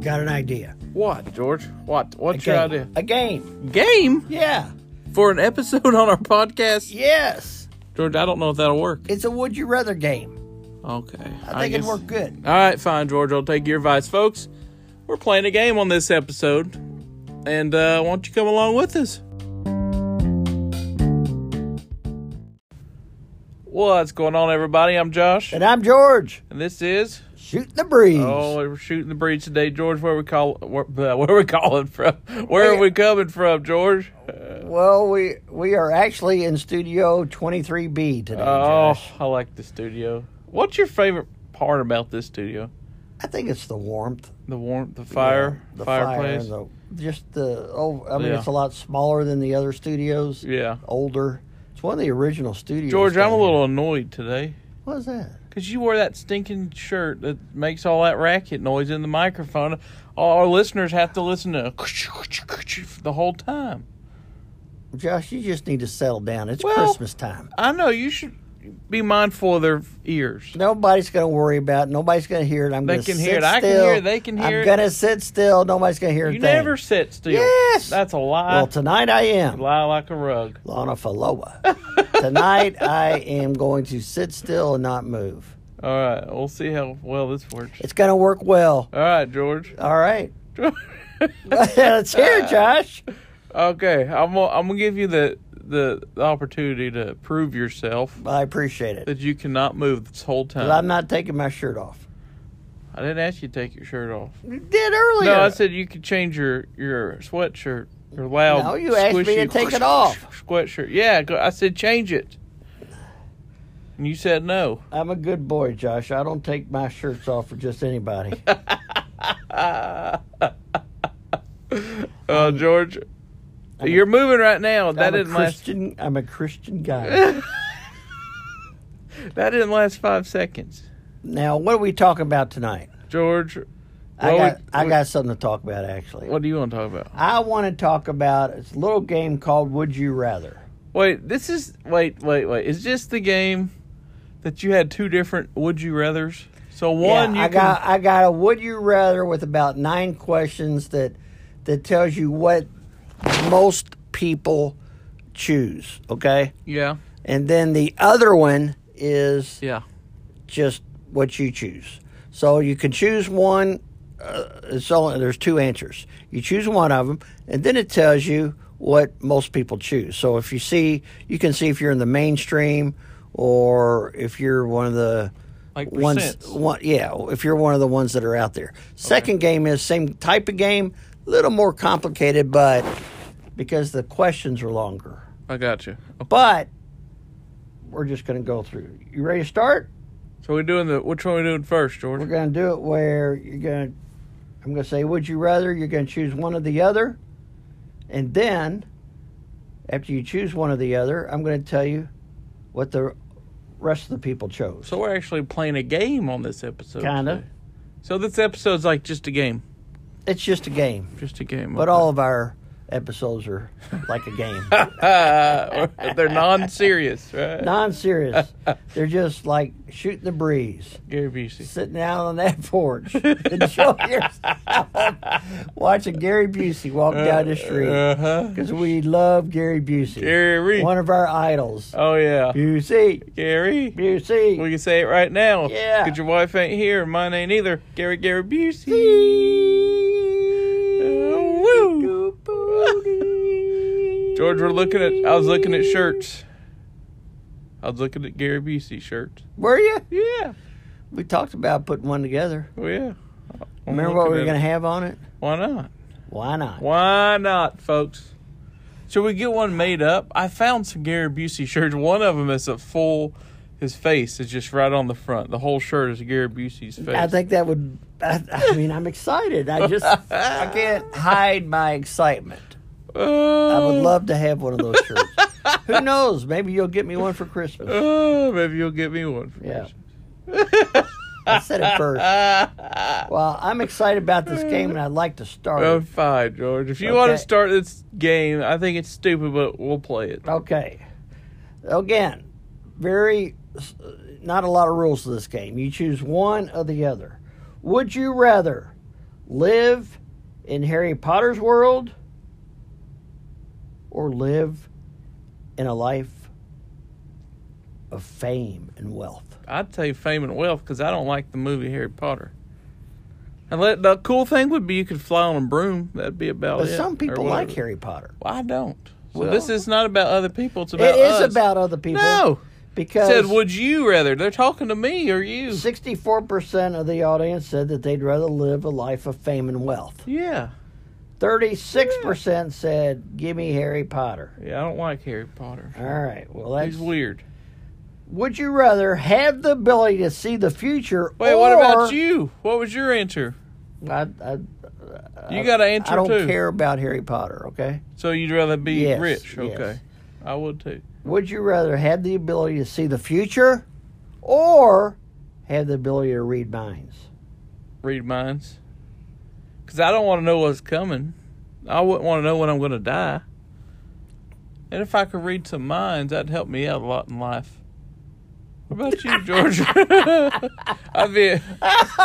Got an idea. What, George? What? A What's your idea? game. A game. Game Yeah. for an episode on our podcast? Yes. George, I don't know if that'll work. It's a would you rather game. Okay. I think it'd guess- work good. All right, fine, George. I'll take your advice, folks. We're playing a game on this episode, and uh, why don't you come along with us? What's going on, everybody? I'm Josh, And I'm George. and this is Shooting the breeze. oh, we're shooting the breeze today, George. Where we call where, uh, where we calling from? Where are we coming from, George? Well, we we are actually in Studio 23B today. Oh, Josh. I like the studio. What's your favorite part about this studio? I think it's the warmth. The warmth, the fire, the fireplace. Fire and the, just the oh, I mean, Yeah. it's a lot smaller than the other studios. yeah. Older. It's one of the original studios. George, I'm down a here. little annoyed today What is that? because you wore that stinking shirt that makes all that racket noise in the microphone. All our listeners have to listen to the whole time. Josh, you just need to settle down. It's Well- Christmas time. I know you should be mindful of their ears. Nobody's going to worry about it. Nobody's going to hear it. I'm They going to can sit hear it. I can still. hear it. They can hear it. I'm going to sit still. Nobody's going to hear a You thing. never sit still. Yes. that's a lie. Well, tonight I am. lie like a rug. Lana Faloa. tonight I am going to sit still and not move. All right, we'll see how well this works. It's going to work well. All right, George. All right. Let's hear it, Josh. okay, I'm gonna, I'm gonna give you the, the the opportunity to prove yourself I appreciate it. that you cannot move this whole time. But I'm not taking my shirt off. I didn't ask you to take your shirt off. You did earlier. No, I said you could change your your sweatshirt, your loud. No, you asked me to squishy take it off. Sweatshirt. Yeah, go- I said change it. And you said no. I'm a good boy, Josh. I don't take my shirts off for just anybody. Uh, George, you're moving right now. I'm That a didn't last. Christian. I'm a Christian guy. That didn't last five seconds. now, what are we talking about tonight? George, I well, got we- I we- got something to talk about actually. what do you want to talk about? I want to talk about it's a little game called Would You Rather. Wait, this is wait, wait, wait. Is this the game that you had two different would you rather's? So one Yeah, you I got I got a Would You Rather with about nine questions that that tells you what most people choose. Okay, can Yeah. and then the other one is Yeah. just what you choose. So you can choose one. Uh, it's only there's two answers. You choose one of them, and then it tells you what most people choose. So if you see, you can see if you're in the mainstream or if you're one of the Like ones. percents. One, yeah, if you're one of the ones that are out there. Second game is same type of game, a little more complicated, but because the questions are longer. I got you. But we're just going to go through. You ready to start? So we're doing the which one we doing first, George? We're going to do it where you're going to, I'm going to say, would you rather? You're going to choose one or the other. And then, after you choose one or the other, I'm going to tell you what the rest of the people chose. so we're actually playing a game on this episode. Kinda. today. So this episode's like just a game. It's just a game, Just a game. but all of our episodes are like a game. uh, they're non serious, right? Non serious. They're just like shooting the breeze, Gary Busey. sitting out on that porch, enjoy yourself, watching Gary Busey walk down the street. Uh huh. Because we love Gary Busey. Gary. One of our idols. Oh yeah. Busey. Gary. We Busey. can say it right now. Yeah. Because your wife ain't here. Mine ain't either. Gary Gary Busey. Uh, woo. George, we're looking at. I was looking at shirts. I was looking at Gary Busey shirts. Were you? Yeah. We talked about putting one together. Oh yeah. I'm Remember what looking we at were going to it. have on it? Why not? Why not? Why not, folks? Should we get one made up? I found some Gary Busey shirts. One of them is a full. His face is just right on the front. The whole shirt is Gary Busey's face. I think that would. I, I mean, I'm excited. I just. I can't hide my excitement. I would Uh, love to have one of those shirts. Who knows? Maybe you'll get me one for Christmas. Oh, maybe you'll get me one. For Yeah. Christmas. I said it first. Well, I'm excited about this game and I'd like to start. Oh, it. fine, George. If you want to Okay. start this game, I think it's stupid, but we'll play it. Okay. Again, very not a lot of rules to this game. You choose one or the other. Would you rather live in Harry Potter's world or live in a life of fame and wealth? I'd tell you fame and wealth because I don't like the movie Harry Potter. And let, the cool thing would be you could fly on a broom. That'd be about But it. some or people like whatever. Harry Potter. Well, I don't. So Well- this is not about other people. It's about It is us. about other people. No. Because said, would you rather? They're talking to me or you. 64% of the audience said that they'd rather live a life of fame and wealth. Yeah. 36% said, Give me Harry Potter. Yeah, I don't like Harry Potter. All right. Well, that's He's weird. Would you rather have the ability to see the future Wait, or what about you? What was your answer? I, I, You got an answer I don't too. care about Harry Potter, okay? So you'd rather be Yes, rich? yes. Okay, I would too. Would you rather have the ability to see the future or have the ability to read minds? Read minds, because I don't want to know what's coming. I wouldn't want to know when I'm going to die. And if I could read some minds, that'd help me out a lot in life. What about you, Georgia? I'd be,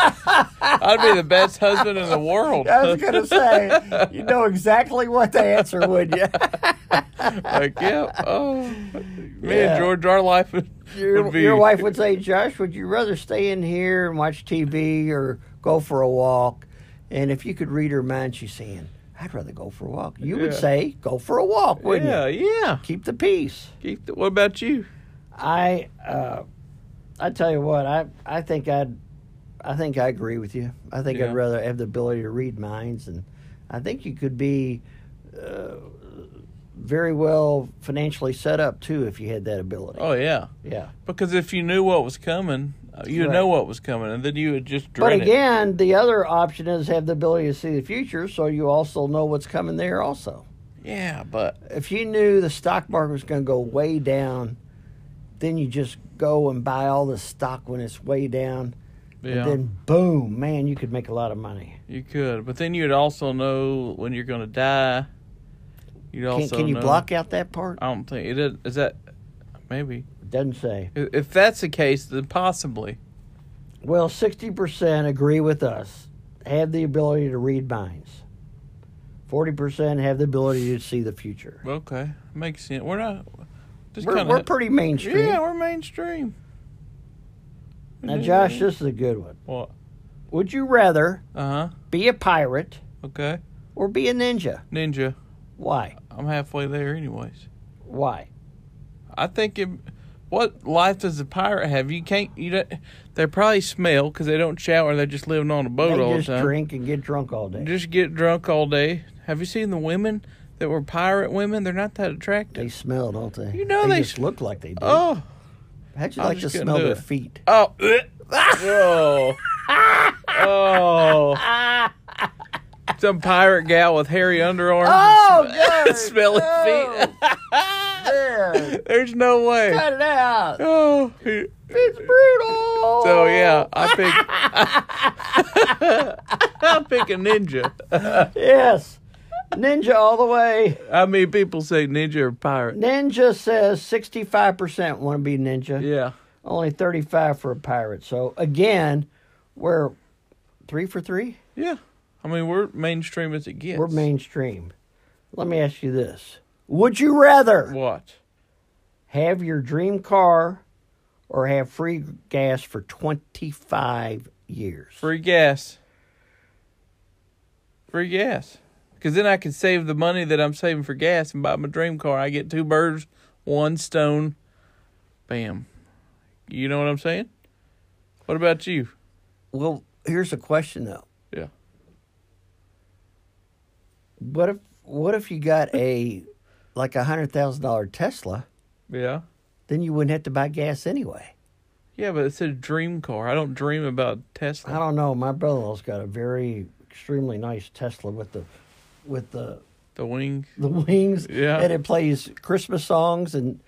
I'd be the best husband in the world. I was going to say, you know exactly what the answer would you? like, yeah, oh, me Yeah. and George, our life would, Your, would be. your wife would say, Josh, would you rather stay in here and watch TV or go for a walk? And if you could read her mind, she's saying, I'd rather go for a walk. You would Yeah. say, go for a walk, wouldn't Yeah, you? yeah. Keep the peace. Keith, what about you? I, uh, I tell you what, I, I think I'd, I think I agree with you. I think Yeah. I'd rather have the ability to read minds, and I think you could be uh, very well financially set up too if you had that ability. Oh yeah, yeah. because if you knew what was coming, uh, you'd Right. know what was coming, and then you would just dread But it. again, the other option is have the ability to see the future, so you also know what's coming there. Also, Yeah, but if you knew the stock market was going to go way down, then you just go and buy all the stock when it's way down, yeah, and then boom, man, you could make a lot of money. you could. But then you'd also know when you're gonna die. You'd Can, also Uh, can you know- block out that part? I don't think it is. Is that maybe Doesn't say. I- if that's the case, then possibly. Well, sixty percent agree with us. Have the ability to read minds. Forty percent have the ability to see the future. Okay, makes sense. We're not. Just We're, kinda, we're pretty mainstream. Yeah, we're mainstream. now, Josh, this is a good one. What? Would you rather Uh huh. be a pirate Okay. or be a ninja? Ninja. Why? I'm halfway there, anyways. Why? I think it, what life does a pirate have? You can't. You don't. They probably smell because they don't shower. They're just living on a boat all they Oh, the just time. drink and get drunk all day. Just get drunk all day. Have you seen the women that were pirate women? They're not that They attractive. smell, don't they? You know they, they just sh- look like they do. Oh, How'd you I'm like to just gonna smell do their it. feet? oh, ugh. oh, oh. Some pirate gal with hairy underarms, Oh, and God, sm- smelly no. feet. Yeah, There's no way. Oh, cut it out. Oh, Oh, It's brutal. So yeah, I pick. I pick a ninja. Yes. Ninja all the way. I mean, people say ninja or pirate. Ninja says 65% want to be ninja. Yeah, Only 35 for a pirate. So again, we're 3 for 3. yeah. I mean, we're mainstream as it gets. We're mainstream. Let me ask you this. Would you rather What? have your dream car or have free gas for 25 years? Free gas. Free gas. Because then I can save the money that I'm saving for gas and buy my dream car. I get two birds, one stone. Bam. You know what I'm saying? What about you? Well, here's a question though. Yeah. What if what if you got a like a $100,000 Tesla, Yeah. then you wouldn't have to buy gas anyway? Yeah, but it's a dream car. I don't dream about Tesla. I don't know. My brother-in-law's got a very extremely nice Tesla with the with the the wing. the wings. Yeah. and it plays Christmas songs and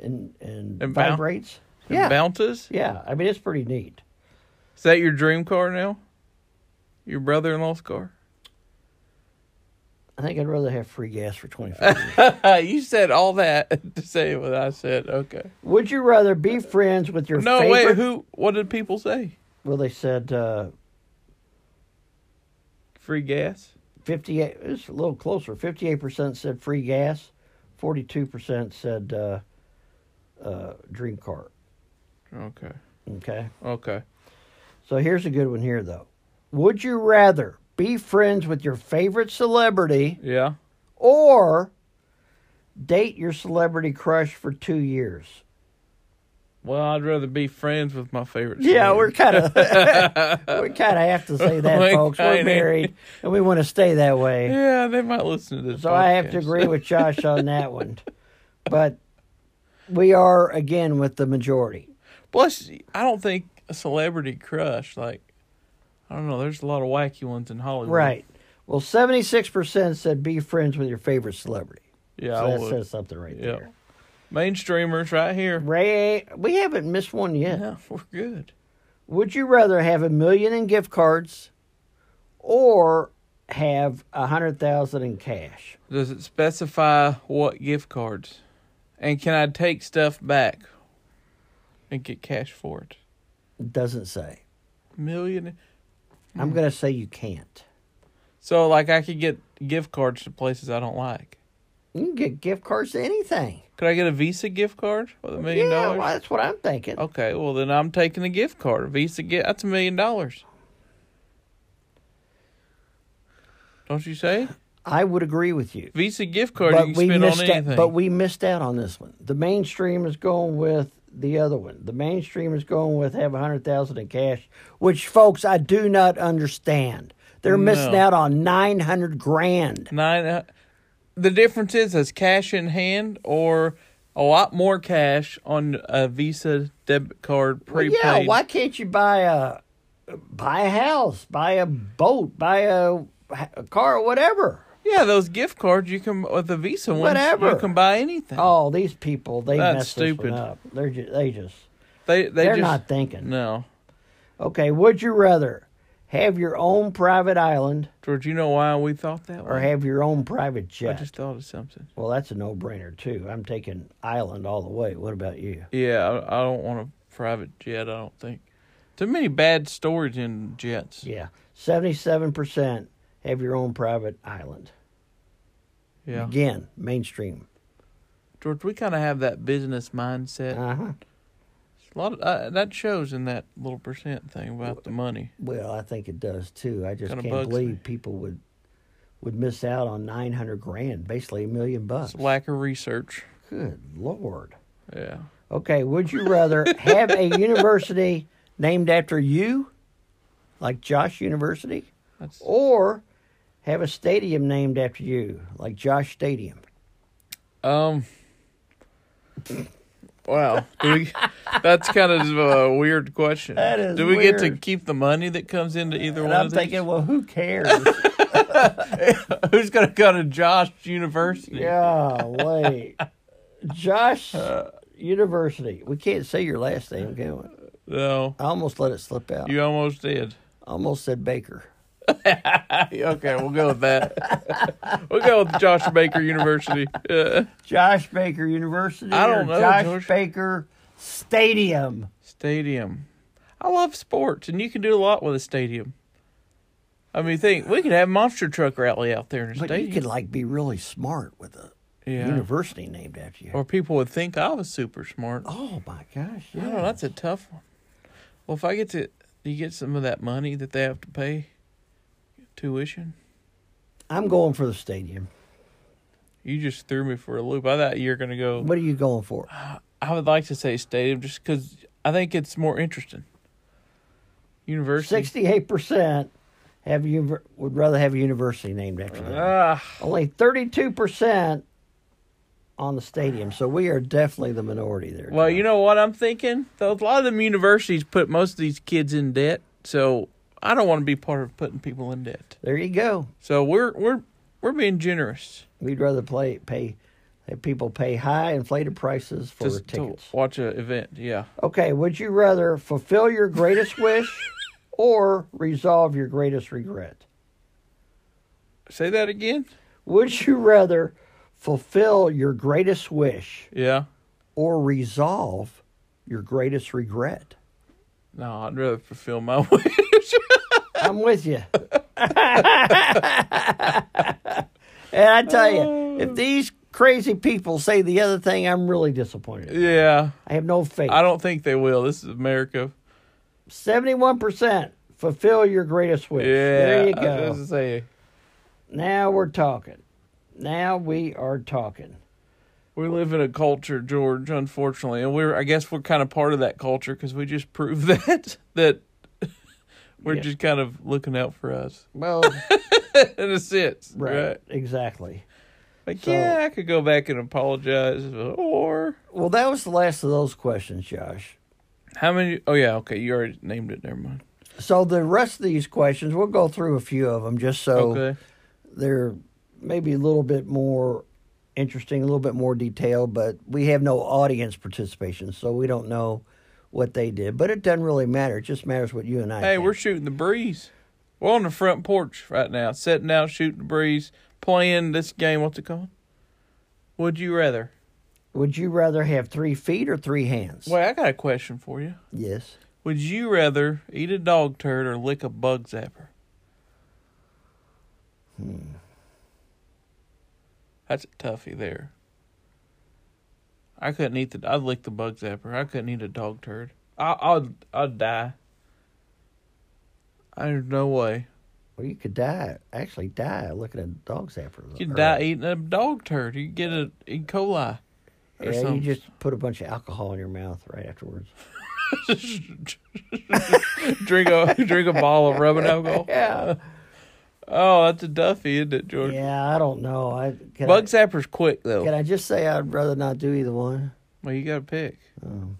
and and, And boun- vibrates. And yeah, Bounces? yeah. I mean, it's pretty neat. Is that your dream car now? Your brother in law's car? I think I'd rather have free gas for twenty five. years. you said all that to say what I said. Okay. Would you rather be friends with your No, favorite? wait, who what did people say? Well, they said uh, Free gas. 58 it's a little closer 58% said free gas 42% said uh, uh, dream cart Okay. okay Okay. so here's a good one here though would you rather be friends with your favorite celebrity Yeah. or date your celebrity crush for two years Well, I'd rather be friends with my favorite. yeah celebrity. we're kind of we kind of have to say that We folks we're kinda- married and we want to stay that way Yeah, they might listen to this. So I have to podcast. agree with Josh on that one. But we are again with the majority. Plus, I don't think a celebrity crush like I don't know. There's a lot of wacky ones in Hollywood. Right. Well, 76% said be friends with your favorite celebrity. Yeah. so I that would. says something right Yeah. there. Mainstreamers right here. Ray, we haven't missed one yet. Yeah, we're good. Would you rather have a million in gift cards or have a hundred thousand in cash? Does it specify what gift cards? And can I take stuff back and get cash for it? It doesn't say. Million. I'm going to say you can't. So like I could get gift cards to places I don't like. You can get gift cards to anything. Could I get a Visa gift card with a million yeah, dollars? well, that's what I'm thinking. Okay, well then I'm taking the gift card. A Visa gift that's a million dollars. Don't you say? I would agree with you. Visa gift card you can spend on missed anything. Out, but we missed out on this one. The mainstream is going with the other one. The mainstream is going with have a hundred thousand in cash, which folks I do not understand. They're missing No. out on nine hundred grand. Nine. Uh, the difference is as cash in hand or a lot more cash on a Visa debit card Well, prepaid. yeah, why can't you buy a buy a house, buy a boat, buy a, a car, whatever? Yeah, those gift cards you can with the Visa ones. Whatever. you can buy anything. Oh, these people they That's mess this one stupid. up. They're just they just they they they are just not thinking. no. Okay, would you rather have your own private island? George, you know why we thought that? or way? have your own private I jet. just thought of something. well, that's a no-brainer too. I'm taking island all the way. What about you? Yeah, I, I don't want a private jet. I don't think. Too many bad stories in jets. Yeah, seventy-seven percent have your own private island. Yeah. Again, mainstream. George, we kind of have that business mindset. Uh huh. a lot of, uh, that shows in that little percent thing about the money. Well, I think it does too. I just Kinda can't bugs believe me. people would would miss out on nine hundred grand, basically a million bucks. It's lack of research. Good lord. Yeah. Okay, would you rather have a university named after you, like Josh University, That's- or have a stadium named after you, like Josh Stadium? Um. Wow. Do we, that's kind of a weird question. That is Do we get to weird. keep the money that comes into either And one I'm of thinking, these? well, who cares? Who's going to go to Josh University? yeah, wait. Josh Uh, University. We can't say your last name, can we? No. I almost let it slip out. You almost did. almost said Baker. okay, we'll go with that. we'll go with Josh Baker University. Uh, Josh Baker University. I or don't know, Josh George. Baker Stadium. stadium. I love sports, and you can do a lot with a stadium. I mean, think we could have monster truck rally out there in a But stadium. you could like be really smart with a Yeah. Oh. university named after you. or people would think I was super smart. oh my gosh! I don't Yeah. know, that's a tough one. Well, if I get to, do you get some of that money that they have to pay tuition? I'm going for the stadium. You just threw me for a loop. I thought you were going to go. What are you going for? I would like to say stadium just because I think it's more interesting. University. Sixty-eight percent have you would rather have a university named after them. Ah, Only thirty-two percent on the stadium. So we are definitely the minority there. well, you know what I'm thinking? Though a lot of them universities put most of these kids in debt, so I don't want to be part of putting people in debt. there you go. So we're we're we're being generous We'd rather play pay have people pay high inflated prices for just to tickets. watch an event. Yeah. Okay, would you rather fulfill your greatest wish or resolve your greatest regret? Say that again. Would you rather fulfill your greatest wish Yeah. or resolve your greatest regret? No, I'd rather fulfill my wish. I'm with you. And I tell you, if these crazy people say the other thing, I'm really disappointed. Yeah. I have no faith. I don't think they will. This is America. 71% fulfill your greatest wish. Yeah. There you I go. was gonna say, Now we're talking. Now we are talking. we live in a culture, George, unfortunately, and we're I guess we're kind of part of that culture because we just prove that that we're Yeah. just kind of looking out for us Well, in a sense, right, right? exactly. Like, So- yeah, I could go back and apologize, or Well, that was the last of those questions, Josh. how many? Oh yeah, okay, you already named it. Never mind. So the rest of these questions, we'll go through a few of them just so Okay. they're maybe a little bit more interesting, a little bit more detailed, but we have no audience participation, so we don't know what they did. But it doesn't really matter. It just matters what you and I Hey, think. we're shooting the breeze. We're on the front porch right now, sitting out, shooting the breeze, playing this game. What's it called? Would you rather? Would you rather have three feet or three hands? Wait, I got a question for you. Yes. Would you rather eat a dog turd or lick a bug zapper? That's a toughie there. I couldn't eat the. I'd lick the bug zapper. I couldn't eat a dog turd. I, I'd I'd die. I, there's no way. Well, you could die, actually die looking at dog zapper. You Or- die eating a dog turd. You get a E. coli. Or Yeah, something. you just put a bunch of alcohol in your mouth right afterwards. drink a drink a ball of rubbing alcohol. Yeah. Oh, that's a Duffy, isn't it, George? Yeah, I don't know. I can, Bug I, zapper's quick though. can I just say I'd rather not do either one? Well, you got to pick. Um,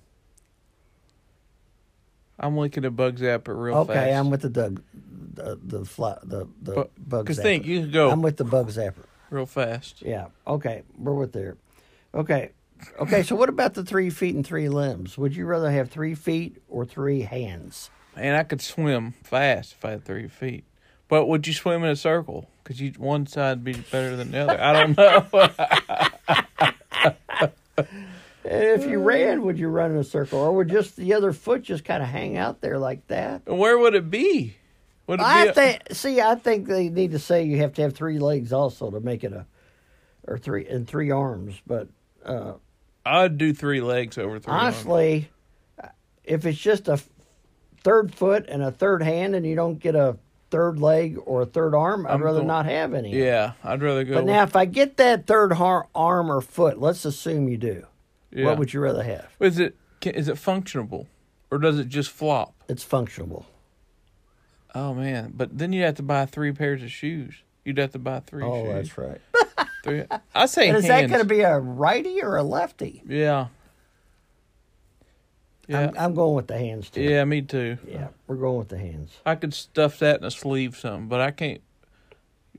I'm looking at bug zapper real okay, fast. I'm with the Doug, the the fly, the the Bu- bug. Cause zapper. think you could go I'm with the bug zapper. real fast. Yeah. Okay, we're with there. Okay, okay. So what about the three feet and three limbs? Would you rather have three feet or three hands? And I could swim fast if I had three feet. But would you swim in a circle? Because you one side be better than the other. I don't know. And if you ran, would you run in a circle, or would just the other foot just kind of hang out there like that? Where would it be? Would it be I a- think. See, I think they need to say you have to have three legs also to make it a, or three and three arms. But uh, I'd do three legs over three. arms. honestly, if it's just a third foot and a third hand, and you don't get a third leg or a third arm, I'd I'm rather go- not have any. yeah, I'd rather go. But now, if I get that third har- arm or foot, let's assume you do. yeah. What would you rather have? Is it ca- is it functionable, or does it just flop? It's functional. Oh man! But then you'd have to buy three pairs of shoes. You'd have to buy three Oh, shoes. that's right. Three. I say And hands. is that going to be a righty or a lefty? yeah. Yeah. I'm, I'm going with the hands too. yeah, me too. yeah, we're going with the hands. I could stuff that in a sleeve something, but I can't.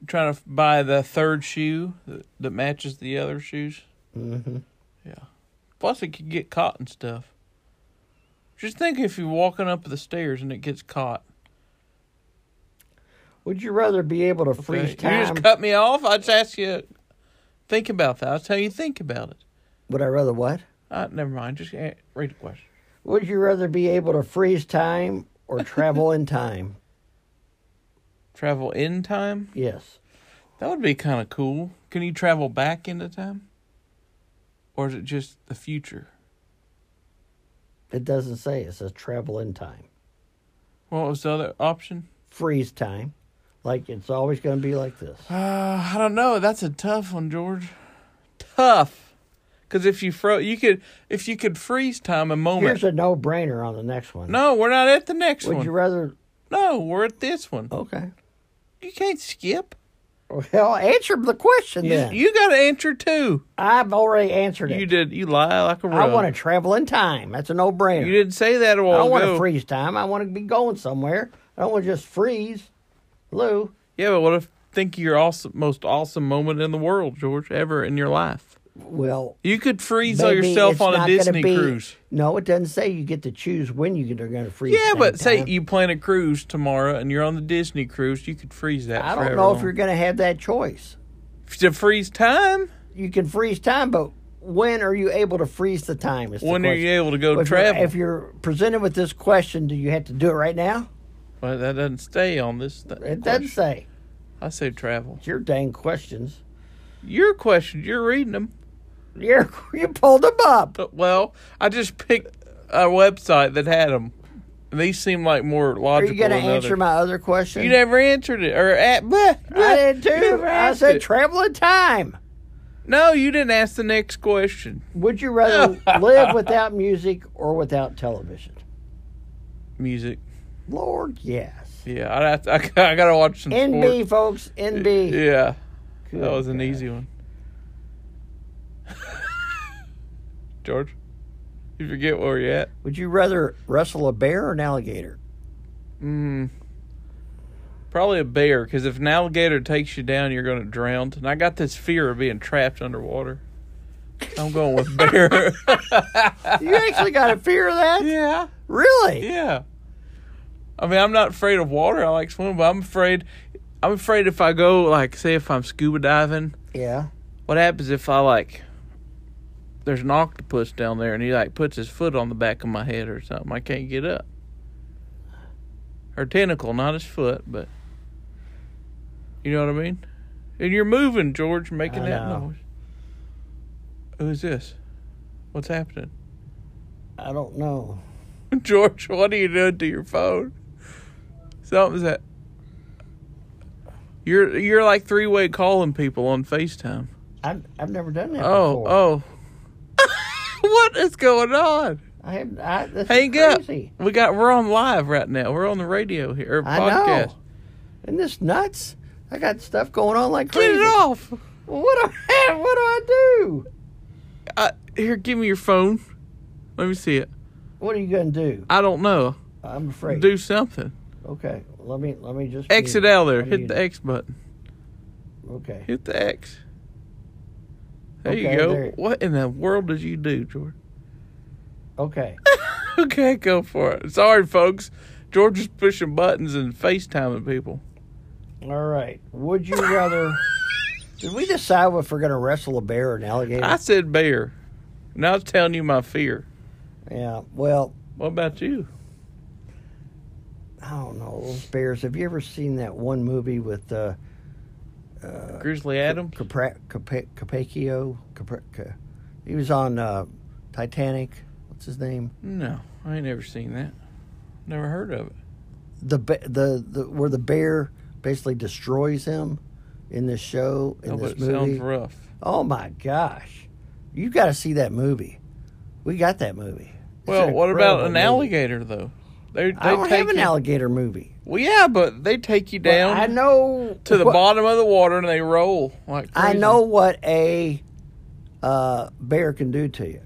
trying to f- buy the third shoe that, that matches the other shoes. Mm-hmm. Yeah. Plus, it could get caught and stuff. Just think if you're walking up the stairs and it gets caught. Would you rather be able to Okay, freeze You time? just cut me off. I just asked you. Think about that. That's how you think about it. Would I rather what? Uh, never mind. Just a- read the question. Would you rather be able to freeze time or travel in time? Travel in time. Yes. That would be kind of cool. Can you travel back into time? Or is it just the future? It doesn't say. It says travel in time. What was the other option? Freeze time. Like it's always going to be like this. Uh, I don't know. That's a tough one, George. Tough. Because if you fro, you could if you could freeze time a moment. Here's a no-brainer on the next one. no, we're not at the next Would one. you Oh. rather? no, we're at this one. Okay. You can't skip. Well, answer the question You- then. You, got to answer too. I've already answered it. You did. You lie like a I rug. want to travel in time. That's a no-brainer. You didn't say that a I while don't want ago. to freeze time. I want to be going somewhere. I don't want to just freeze. Lou. yeah, but what if think your awesome, most awesome moment in the world, George, ever in your life? Well, You could freeze Maybe yourself it's on a not gonna Disney be- cruise. No, it doesn't say you get to choose when you are going to freeze. Yeah, at but that say time. you plan a cruise tomorrow and you're on the Disney cruise, you could freeze that. I forever don't know if long. you're going to have that choice. to freeze time. You can freeze time, but when are you able to freeze the time? Is the When are you question. able to go if travel? You're, if you're presented with this question, do you have to do it right now? Well, that doesn't stay on this. Th- It doesn't question. say. I say travel. It's your dang questions. Your question. You're reading them. You're, you pulled them up. But, well, I just picked a website that had them. And these seem like more Are logical. you going to than answer others. my other question? You never answered it, or at blah, I did too. I said travel. travel in time. no. You didn't ask the next question. Would you rather live without music or without television? Music. Lord, yes. Yeah, I have to, I, I gotta watch some NB, sports. folks. NB. Yeah, Good that was an God. easy one. George, you forget where you're at. Would you rather wrestle a bear or an alligator? Mm. Probably a bear, because if an alligator takes you down, you're going to drown. And I got this fear of being trapped underwater. I'm going with bear. You actually got a fear of that? yeah, Really? yeah. I mean, I'm not afraid of water. I like swimming, but I'm afraid. I'm afraid if I go, like, say, if I'm scuba diving, Yeah. what happens if I like? There's an octopus down there, and he like puts his foot on the back of my head or something. I can't get up. Or tentacle, not his foot, but you know what I mean. And you're moving, George, making I that know. noise. Who's this? What's happening, I don't know. George? What are you doing to your phone? Something's that. You're you're like three way calling people on Facetime. I've, I've never done that Oh, before. oh. what is going on? I have. I, this is Hang crazy. up. We got we're on live right now. We're on the radio here. Or I podcast. know. Isn't this nuts? I got stuff going on like Get crazy. it off. Well, What do I, what do I do? I, Uh, here, give me your phone. Let me see it. What are you gonna do? I don't know. I'm afraid. Do something. Okay, let me let me just Exit out there. I Hit need- the X button. Okay, Hit the X. There Okay, you go. there- What in the world did you do, George? okay. okay, go for it. Sorry, folks. George is pushing buttons and FaceTiming people. All right. Would you rather? Did we decide if we're gonna wrestle a bear or an alligator? I said bear. Now it's telling you my fear. yeah. Well, What about you? I don't know. Those bears. Have you ever seen that one movie with uh, Grizzly Adams? Capra- Capa- Capaccio? Capra- Ca- he was on uh, Titanic. What's his name? No, I ain't never seen that. Never heard of it. the ba- the the where the bear basically destroys him in this show in Oh, but this it sounds movie. rough. Oh my gosh, you got to see that movie. We got that movie. It's Well, an what incredible about an movie. alligator though? They, they I don't take have an you, alligator movie. Well, yeah, but they take you But down I know to the what- bottom of the water and they roll like. I crazy. know what a uh, bear can do to you.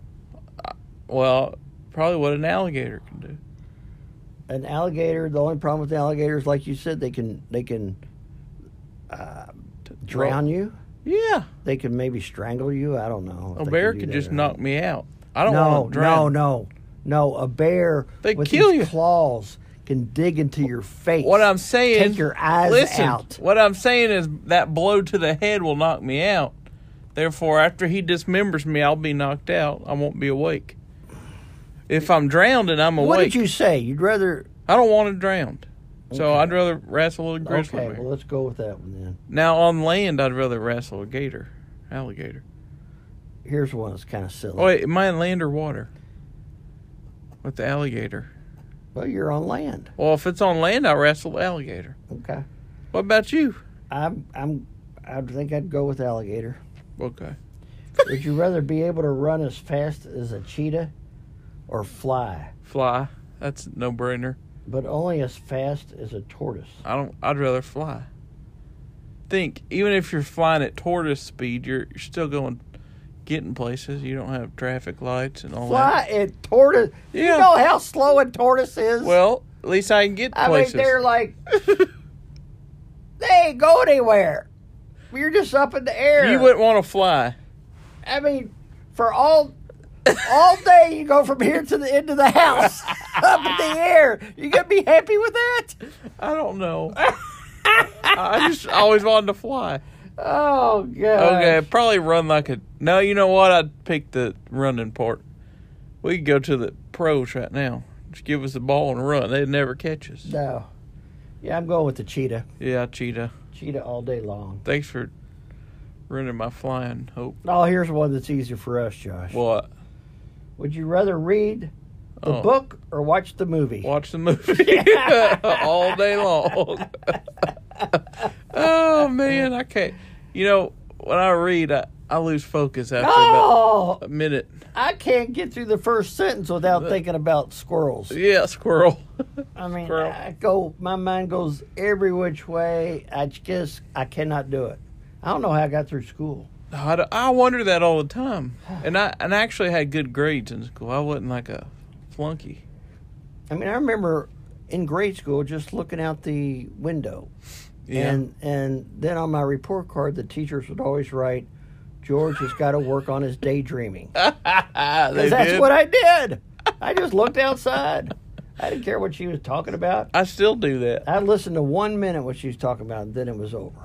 Well, probably what an alligator can do. An alligator. The only problem with the alligators, like you said, they can they can uh, To drown you. Yeah, They can maybe strangle you. I don't know. if a they bear do could that just or not. knock me out. I don't no, want to drown. no, no, no. A bear They with kill his you. claws can dig into your face. What I'm saying, take your eyes listen, out. What I'm saying is that blow to the head will knock me out. Therefore, after he dismembers me, I'll be knocked out. I won't be awake. If I'm drowned and I'm What awake, did you say? You'd rather I don't want to drown. So I'd rather wrestle a grizzly okay. bear. Well, let's go with that one then. now on land, I'd rather wrestle a gator, alligator. Here's one that's kind of silly. Oh, wait, am I in land or water? With the alligator. Well, you're on land. Well, if it's on land, I wrestle the alligator. Okay. What about you? I'm. I'm. I think I'd go with alligator. Okay. Would you rather be able to run as fast as a cheetah, or fly, Fly. That's no brainer. but only as fast as a tortoise? I don't. I'd rather fly. Think even if you're flying at tortoise speed, you're, you're still going, getting places. You don't have traffic lights and all Fly that. at tortoise. Yeah. You know how slow a tortoise is. Well, at least I can get I places. mean, they're like, they ain't go anywhere. You're just up in the air. you wouldn't want to fly. I mean, for all all day, you go from here to the end of the house, up in the air. You gonna be happy with that? I don't know. I just always wanted to fly. Oh god. Okay, I'd probably run like a. No, you know what? I'd pick the running part. We could go to the pros right now. Just give us the ball and run. They'd never catch us. No. Yeah, I'm going with the cheetah. Yeah, uh, cheetah. Cheetah all day long. Thanks for ruining my flying hope. Oh, here's one that's easier for us, Josh. What? Would you rather read the Oh. book or watch the movie? Watch the movie all day long. oh man, I can't. You know, when I read, I, I lose focus after about Oh, a minute. I can't get through the first sentence without thinking about squirrels. Yeah, squirrel. I mean, Squirrel. I go, my mind goes every which way. I just, I cannot do it. I don't know how I got through school. I, d- I wonder that all the time. And I and I actually had good grades in school. I wasn't like a flunky. I mean, I remember in grade school just looking out the window, Yeah. and and then on my report card, the teachers would always write, "George has got to work on his daydreaming." they 'Cause that's did. what I did. I just looked outside. I didn't care what she was talking about. I still do that. I listened to one minute what she was talking about, and then it was over.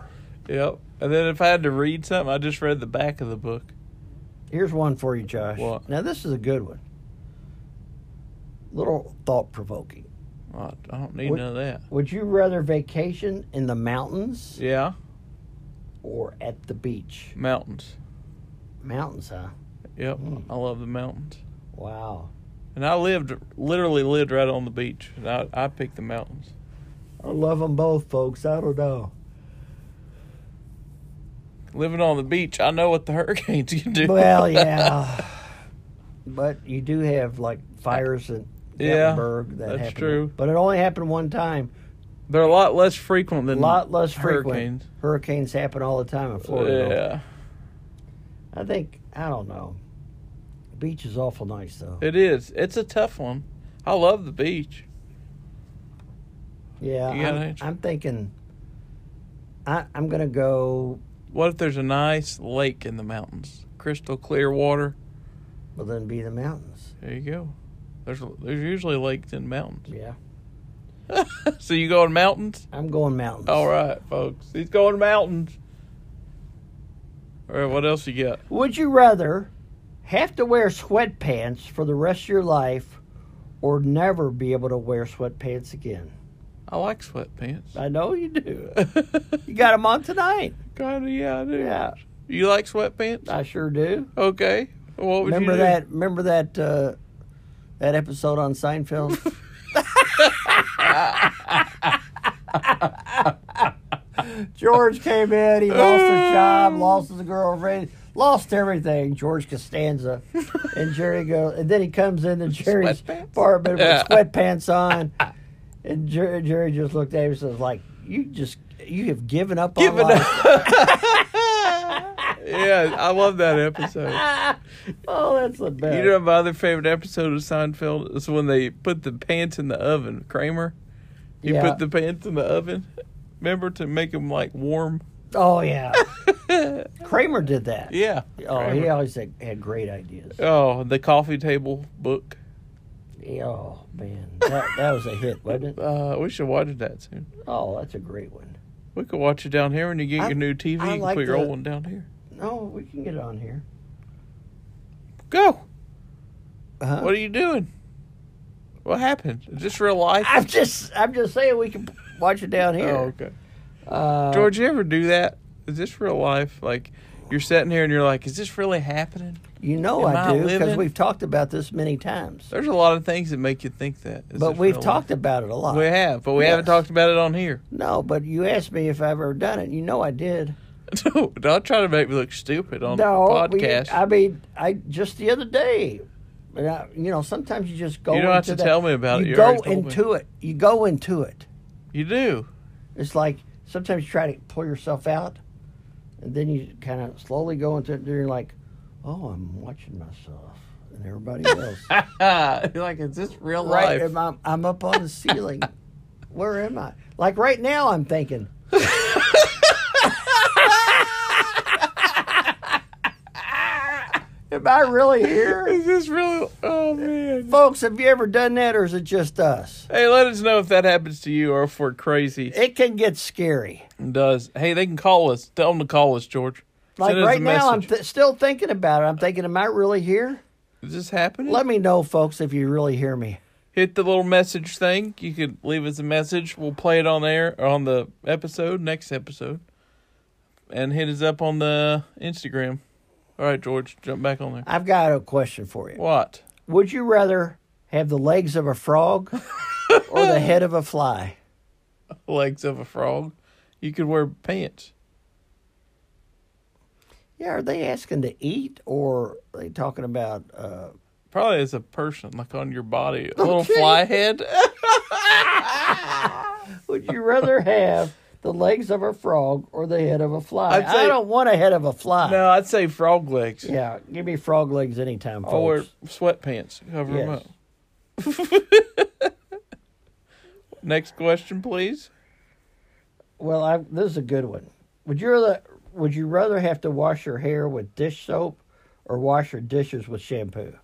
Yep. And then if I had to read something, I just read the back of the book. Here's one for you, Josh. What? Now this is a good one. Little thought provoking. I I don't need What- none of that. Would you rather vacation in the mountains Yeah, or at the beach? mountains. Mountains, huh? Yep, I love the mountains. Wow. And I lived, literally lived right on the beach. And I, I picked the mountains. I love them both, folks. I don't know. Living on the beach, I know what the hurricanes can do. Well, yeah. but you do have like fires in Yeah, Gatlinburg that that's happen. true. But it only happened one time. They're a lot less frequent A than lot less frequent. hurricanes. Hurricanes happen all the time in Florida. don't Yeah, they? I think I don't know. Beach is awful nice though. it is. It's a tough one. I love the beach. Yeah, You got an I'm, answer? I'm thinking. I, I'm gonna go What if there's a nice lake in the mountains? Crystal clear water. Well, then be the mountains. There you go. There's there's usually lakes in mountains. Yeah. so you going mountains? I'm going mountains. All right, folks. He's going mountains. All right, what else you got? Would you rather have to wear sweatpants for the rest of your life or never be able to wear sweatpants again? I like sweatpants. I know you do. You got them on tonight. Kinda, yeah, I do. Yeah. You like sweatpants? I sure do. Okay. What would remember you do? that remember that uh, that episode on Seinfeld? George came in, he lost his job, lost his girlfriend, lost everything. George Costanza and Jerry go, and then he comes into Jerry's Sweatpants? apartment Yeah. with sweatpants on, and Jer- Jerry just looked at him and says, "Like you just you have given up on Given life." Yeah, I love that episode. oh, that's the best. You know my other favorite episode of Seinfeld is when they put the pants in the oven. Kramer, you Yeah. put the pants in the oven. Remember to make them like warm. Oh yeah, Kramer did that. Yeah. Oh, he Kramer. always had, had great ideas. Oh, the coffee table book. Oh man, that, that was a hit, wasn't it? Uh, we should watch that soon. Oh, that's a great one. We could watch it down here when you get I- your new TV. I you can like put your old the- one down here. No, we can get it on here. Go. Uh-huh. What are you doing? What happened? Is this real life? I'm just, I'm just saying we can watch it down Oh, here. okay. Uh, George, you ever do that? Is this real life? Like, you're sitting here and you're like, is this really happening? you know am I I do because living? we've talked about this many times. There's a lot of things that make you think that. Is but this we've real talked about it a lot. life? We have, but we haven't Yes. talked about it on here. no, but you asked me if I've ever done it. You know I did. Don't don't try to make me look stupid on no, the we- podcast. I mean, I just the other day. and I- you know, sometimes you just go. You don't have into to that- tell me about it. you You go already told me. into it. You go into it. you do. It's like sometimes you try to pull yourself out, and then you kind of slowly go into it. And you're like, "Oh, I'm watching myself and everybody else. you're like, is this real right? life? Am I, I'm up on the ceiling. Where am I? Like right now, I'm thinking. am I really here, Is this real? Oh, man. folks? Have you ever done that, or is it just us? Hey, let us know if that happens to you or if we're crazy. It can get scary. It does. Hey, they can call us. Tell them to call us, George. Like Send us a right now, I'm message. th- still thinking about it. I'm thinking, am I really here? Is this happening? Let me know, folks, if you really hear me. hit the little message thing. You could leave us a message. We'll play it on air or on the episode, next episode. And hit us up on the Instagram. All right, George, jump back on there. I've got a question for you. What? Would you rather have the legs of a frog or the head of a fly? Legs of a frog. You could wear pants. Yeah, are they asking to eat or are they talking about uh, Probably as a person, like on your body. A little fly head. Would you rather have the legs of a frog or the head of a fly? I'd say- I don't want a head of a fly. no, I'd say frog legs. Yeah, give me frog legs anytime, folks. I'll wear sweatpants to cover them Yes. up. Next question, please. Well, I, this is a good one. Would you rather, would you rather have to wash your hair with dish soap or wash your dishes with shampoo?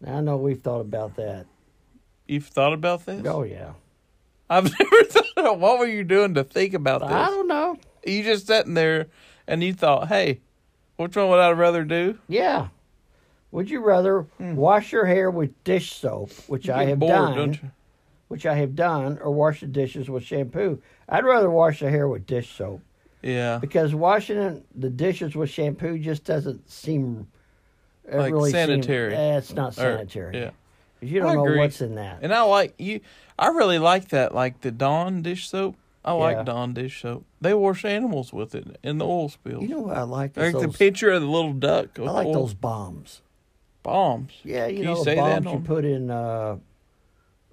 Now I know we've thought about that. You've thought about this? Oh yeah. I've never thought of what were you doing to think about this? I don't know. You just sitting there and you thought, hey, which one would I rather do? Yeah. Would you rather wash your hair with dish soap, which I You're have bored, done, don't you? which I have done, or wash the dishes with shampoo? I'd rather wash the hair with dish soap Yeah. because washing the dishes with shampoo just doesn't seem it Like really seem- sanitary. eh, it's not Or- sanitary. yeah. 'Cause you I don't know agree. what's in that. And I like you I really like that, like the Dawn dish soap. I like Yeah. Dawn dish soap. They wash animals with it in the oil spill. You know what I like? Is like the those, picture of the little duck. With I like oil those bombs. bombs. Yeah, you Can know you the say bombs that you on- put in uh,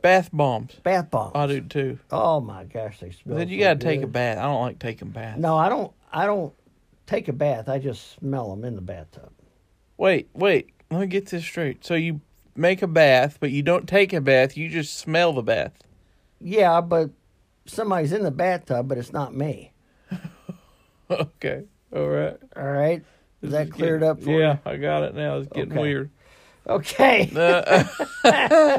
Bath bombs. bath bombs. I do too. Oh my gosh, they smell. Then you so gotta take a good. bath. I don't like taking baths. No, I don't. I don't take a bath. I just smell them in the bathtub. Wait, wait. Let me get this straight. So you make a bath, but you don't take a bath. You just smell the bath. Yeah, but somebody's in the bathtub, but it's not me. Okay. All right. All right, is that cleared up for yeah, I got it now. It's getting Okay. weird. you? Uh, Okay.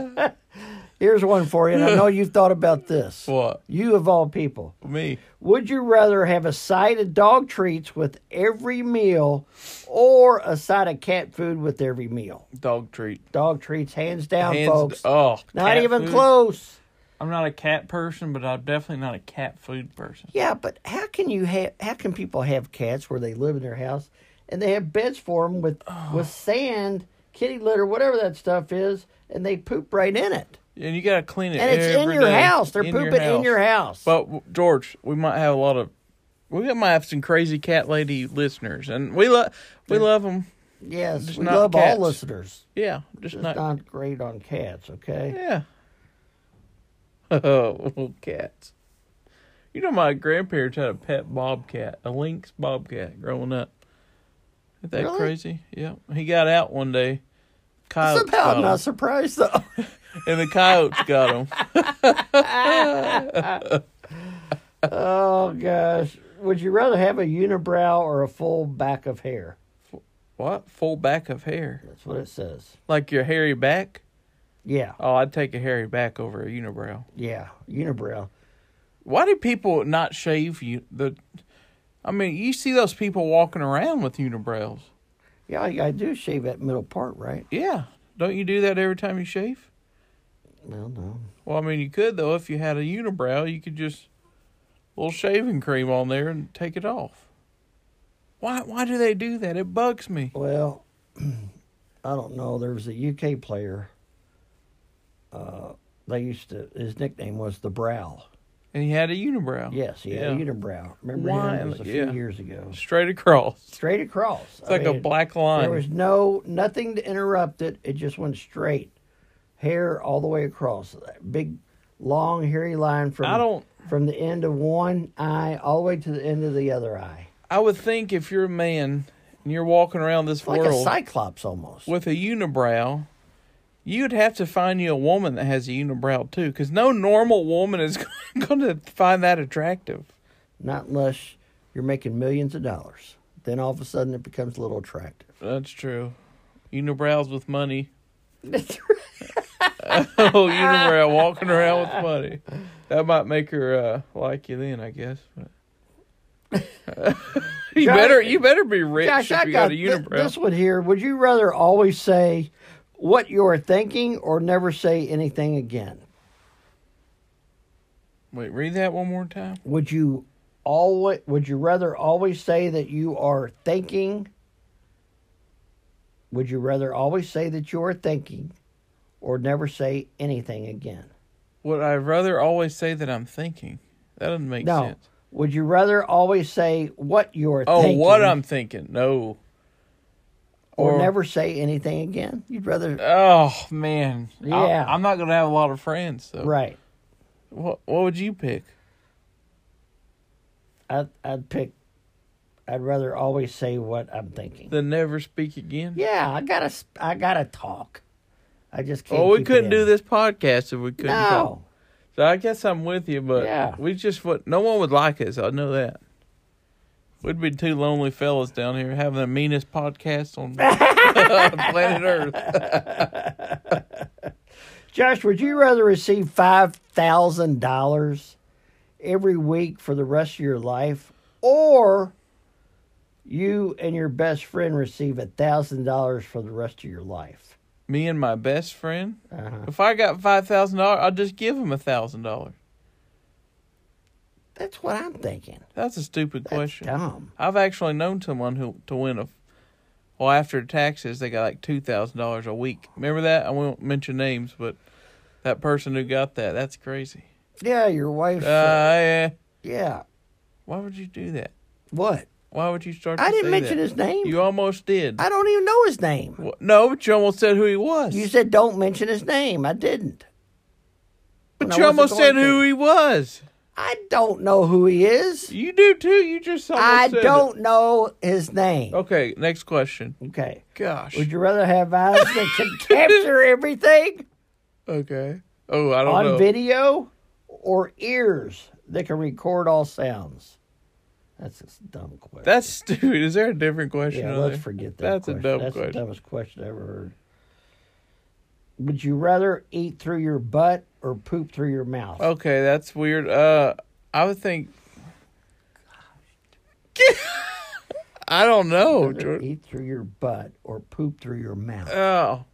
Here's one for you, and I know you've thought about this. What? You of all people, Me. would you rather have a side of dog treats with every meal, or a side of cat food with every meal? Dog treat. Dog treats, hands down, Hands- folks. Oh, not cat even food? close. I'm not a cat person, but I'm definitely not a cat food person. Yeah, but how can you have? How can people have cats where they live in their house and they have beds for them with with sand, kitty litter, whatever that stuff is, and they poop right in it, And you gotta clean it. and it's in every your day. house. They're In your pooping in your house. But w- George, we might have a lot of, we might have some crazy cat lady listeners, and we love we love them. yes, just we not love cats. all listeners. Yeah, just Just not. not, great on cats, okay? Yeah. Oh, cats. You know, my grandparents had a pet bobcat, a lynx bobcat, growing up. Isn't that Really? crazy? Yeah. He got out one day. Coyotes Somehow got I'm him, not surprised though. and the coyotes got him. oh gosh, would you rather have a unibrow or a full back of hair? What? Full back of hair. That's what it says. Like your hairy back? Yeah, Oh, I'd take a hairy back over a unibrow. yeah, unibrow. Why do people not shave you? The, I mean, you see those people walking around with unibrows. Yeah, I, I do shave that middle part, right? Yeah, don't you do that every time you shave? Well, no. Well, I mean, you could though if you had a unibrow, you could just little shaving cream on there and take it off. Why? Why do they do that? It bugs me. Well, I don't know. There was a UK player. Uh, they used to. His nickname was the Brow. And he had a unibrow. Yes, he had a unibrow. Remember Why? him? It was a Yeah. few years ago. Straight across. Straight across. It's like a black line. There was no nothing to interrupt it. It just went straight, hair all the way across. That big, long, hairy line from I don't- from the end of one eye all the way to the end of the other eye. I would think if you're a man and you're walking around this It's like world a cyclops almost. with a unibrow, you'd have to find you a woman that has a unibrow too, because no normal woman is going to find that attractive. Not unless you're making millions of dollars. Then all of a sudden it becomes a little attractive. That's true. Unibrows with money. That's Oh, unibrow walking around with money. That might make her uh, like you then, I guess. But... you Josh- better you better be rich Gosh, if I you got got a thi- unibrow. this one here. Would you rather always say what you are thinking or never say anything again? Wait, read that one more time. Would you always would you rather always say that you are thinking would you rather always say that you are thinking or never say anything again? Would I rather always say that I'm thinking? That doesn't make No. sense. Would you rather always say what you are Oh, thinking what I'm thinking. No. or never say anything again? You'd rather Oh man. I- Yeah. I'm not gonna have a lot of friends. So. right. What What would you pick? I'd, I'd pick I'd rather always say what I'm thinking. The never speak again. Yeah, I gotta, s- I gotta talk. I just can't. Well, Oh, we keep it couldn't in. do this podcast if we couldn't talk. No, So I guess I'm with you, but Yeah. we just would. No one would like us. I know that. We'd be two lonely fellas down here having the meanest podcast on, on planet Earth. Josh, would you rather receive five thousand dollars every week for the rest of your life, or you and your best friend receive a thousand dollars for the rest of your life? Me and my best friend. Uh-huh. If I got five thousand dollars, I'd just give him a thousand dollars. That's what I'm thinking. That's a stupid That's question. dumb. I've actually known someone who to win a. Well, after taxes, they got like two thousand dollars a week. Remember that? I won't mention names, but that person who got that—that's crazy. Yeah, your wife. Uh, yeah. yeah. Why would you do that? What? Why would you start? To I didn't say mention that? his name. You almost did. I don't even know his name. Wha- no, but you almost said who he was. You said don't mention his name. I didn't. but I you wasn't almost going said who to. he was. I don't know who he is. You do too. You just almost I said it. Oh. don't know his name. Okay, next question. Okay. Gosh. Would you rather have eyes that can capture everything okay. Oh, I don't on know. video or ears that can record all sounds? That's a dumb question. That's stupid. Is there a different question? yeah, on let's there? forget that. That's question. a dumb That's question. the dumbest question I ever heard. Would you rather eat through your butt or poop through your mouth? Okay, that's weird. Uh, I would think. I don't know, Rather Jordan. eat through your butt or poop through your mouth? Oh,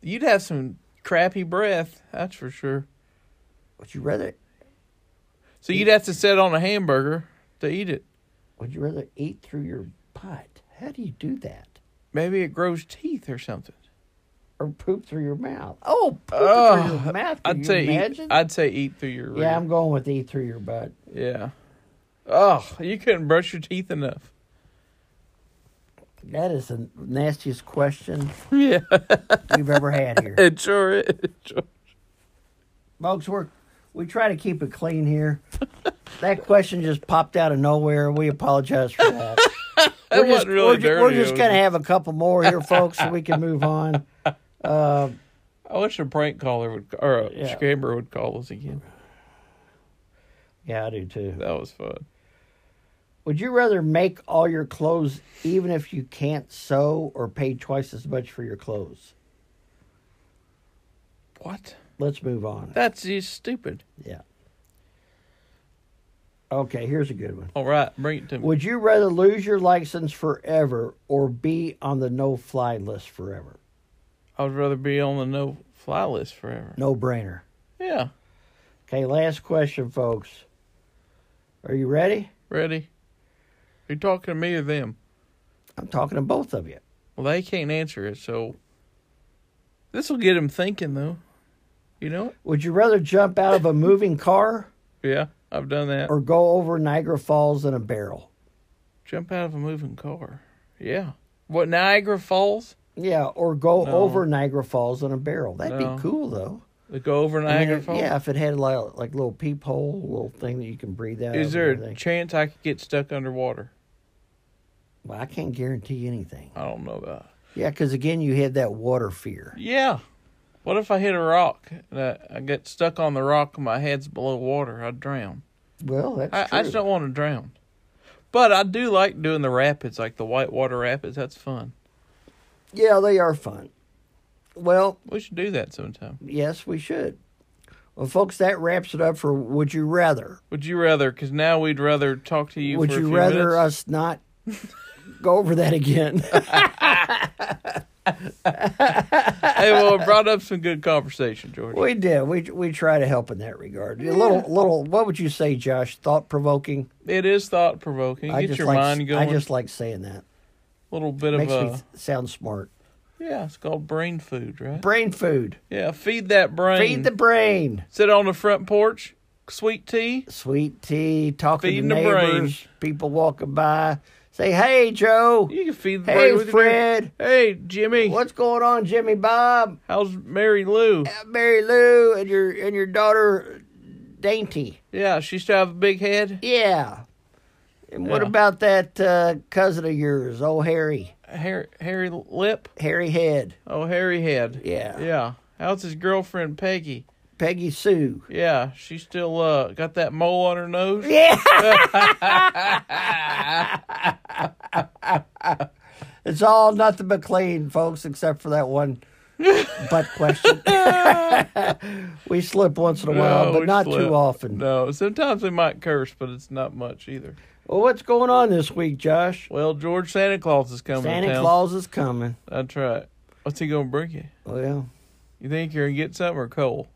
you'd have some crappy breath. That's for sure. Would you rather So you'd have to sit on a hamburger to eat it. Would you rather eat through your butt? How do you do that? Maybe it grows teeth or something. Or poop through your mouth? Oh, poop it through Oh, your mouth. Can I'd you say eat, imagine? I'd say eat through your. yeah, I'm rear. going with eat through your butt. Yeah. Oh, you couldn't brush your teeth enough. That is the nastiest question Yeah, we've ever had here, it sure is. folks. We're we try to keep it clean here. That question just popped out of nowhere. We apologize for that. We're just, wasn't really we're, ju- we're dirty, just it gonna was- have a couple more here, folks, so we can move on. Uh, I wish a prank caller would or a Yeah. scammer would call us again. yeah, I do too. That was fun. Would you rather make all your clothes even if you can't sew or pay twice as much for your clothes? What? Let's move on. That's just stupid. Yeah. Okay, here's a good one. All right, bring it to me. Would you rather lose your license forever or be on the no fly list forever? I would rather be on the no fly list forever. No brainer. Yeah. Okay, last question, folks. Are you ready? Ready? You talking to me or them? I'm talking to both of you. Well, they can't answer it, so this will get them thinking, though. You know it? Would you rather jump out of a moving car Yeah, I've done that. or go over Niagara Falls in a barrel? Jump out of a moving car. Yeah. What Niagara Falls? Yeah, or go No. over Niagara Falls in a barrel. That'd No. be cool though. They go over I mean, Niagara Falls. yeah, if it had like like a little peephole, a little thing that you can breathe out. Is of there and a everything. chance I could get stuck underwater? Well, I can't guarantee anything. I don't know about. Yeah, because again, you had that water fear. Yeah. What if I hit a rock and I, I get stuck on the rock and my head's below water? I'd drown. Well, that's I, true. I just don't want to drown. But I do like doing the rapids, like the whitewater rapids. That's fun. Yeah, they are fun. Well, We should do that sometime. yes, we should. Well, folks, that wraps it up for Would You Rather. Would you rather? Because now we'd rather talk to you. Would for a you few rather minutes. us not go over that again? Hey, well, it brought up some good conversation, George. We did. We we try to help in that regard. A little little. What would you say, Josh? Thought provoking. It is thought provoking. I Get just your like mind going. I just like saying that. little bit of Makes me a th- sound smart. yeah. It's called brain food, right? Brain food. yeah, feed that brain. Feed the brain. Sit on the front porch, sweet tea. Sweet tea. Talking Feeding to the brain. neighbors. People walking by. Say, hey, Joe. You can feed the Hey, brain. with your- Fred. Hey, Jimmy. What's going on, Jimmy Bob? How's Mary Lou? Mary Lou and your and your daughter, Dainty. Yeah, she still have a big head. Yeah. And what Yeah. about that uh, cousin of yours, old Harry, Hair, hairy lip. Harry Head, Oh, hairy head. Yeah. Yeah. How's his girlfriend Peggy? Peggy Sue? Yeah, she still uh got that mole on her nose. Yeah. it's all nothing but clean, folks, except for that one butt question. we slip once in a while, No, but we not slip. too often. No, sometimes we might curse, but it's not much either. Well, what's going on this week, Josh? Well, George Santa Claus is coming. to Santa town. Claus is coming. That's right. What's he gonna bring you? Well, You think you're gonna get something or coal?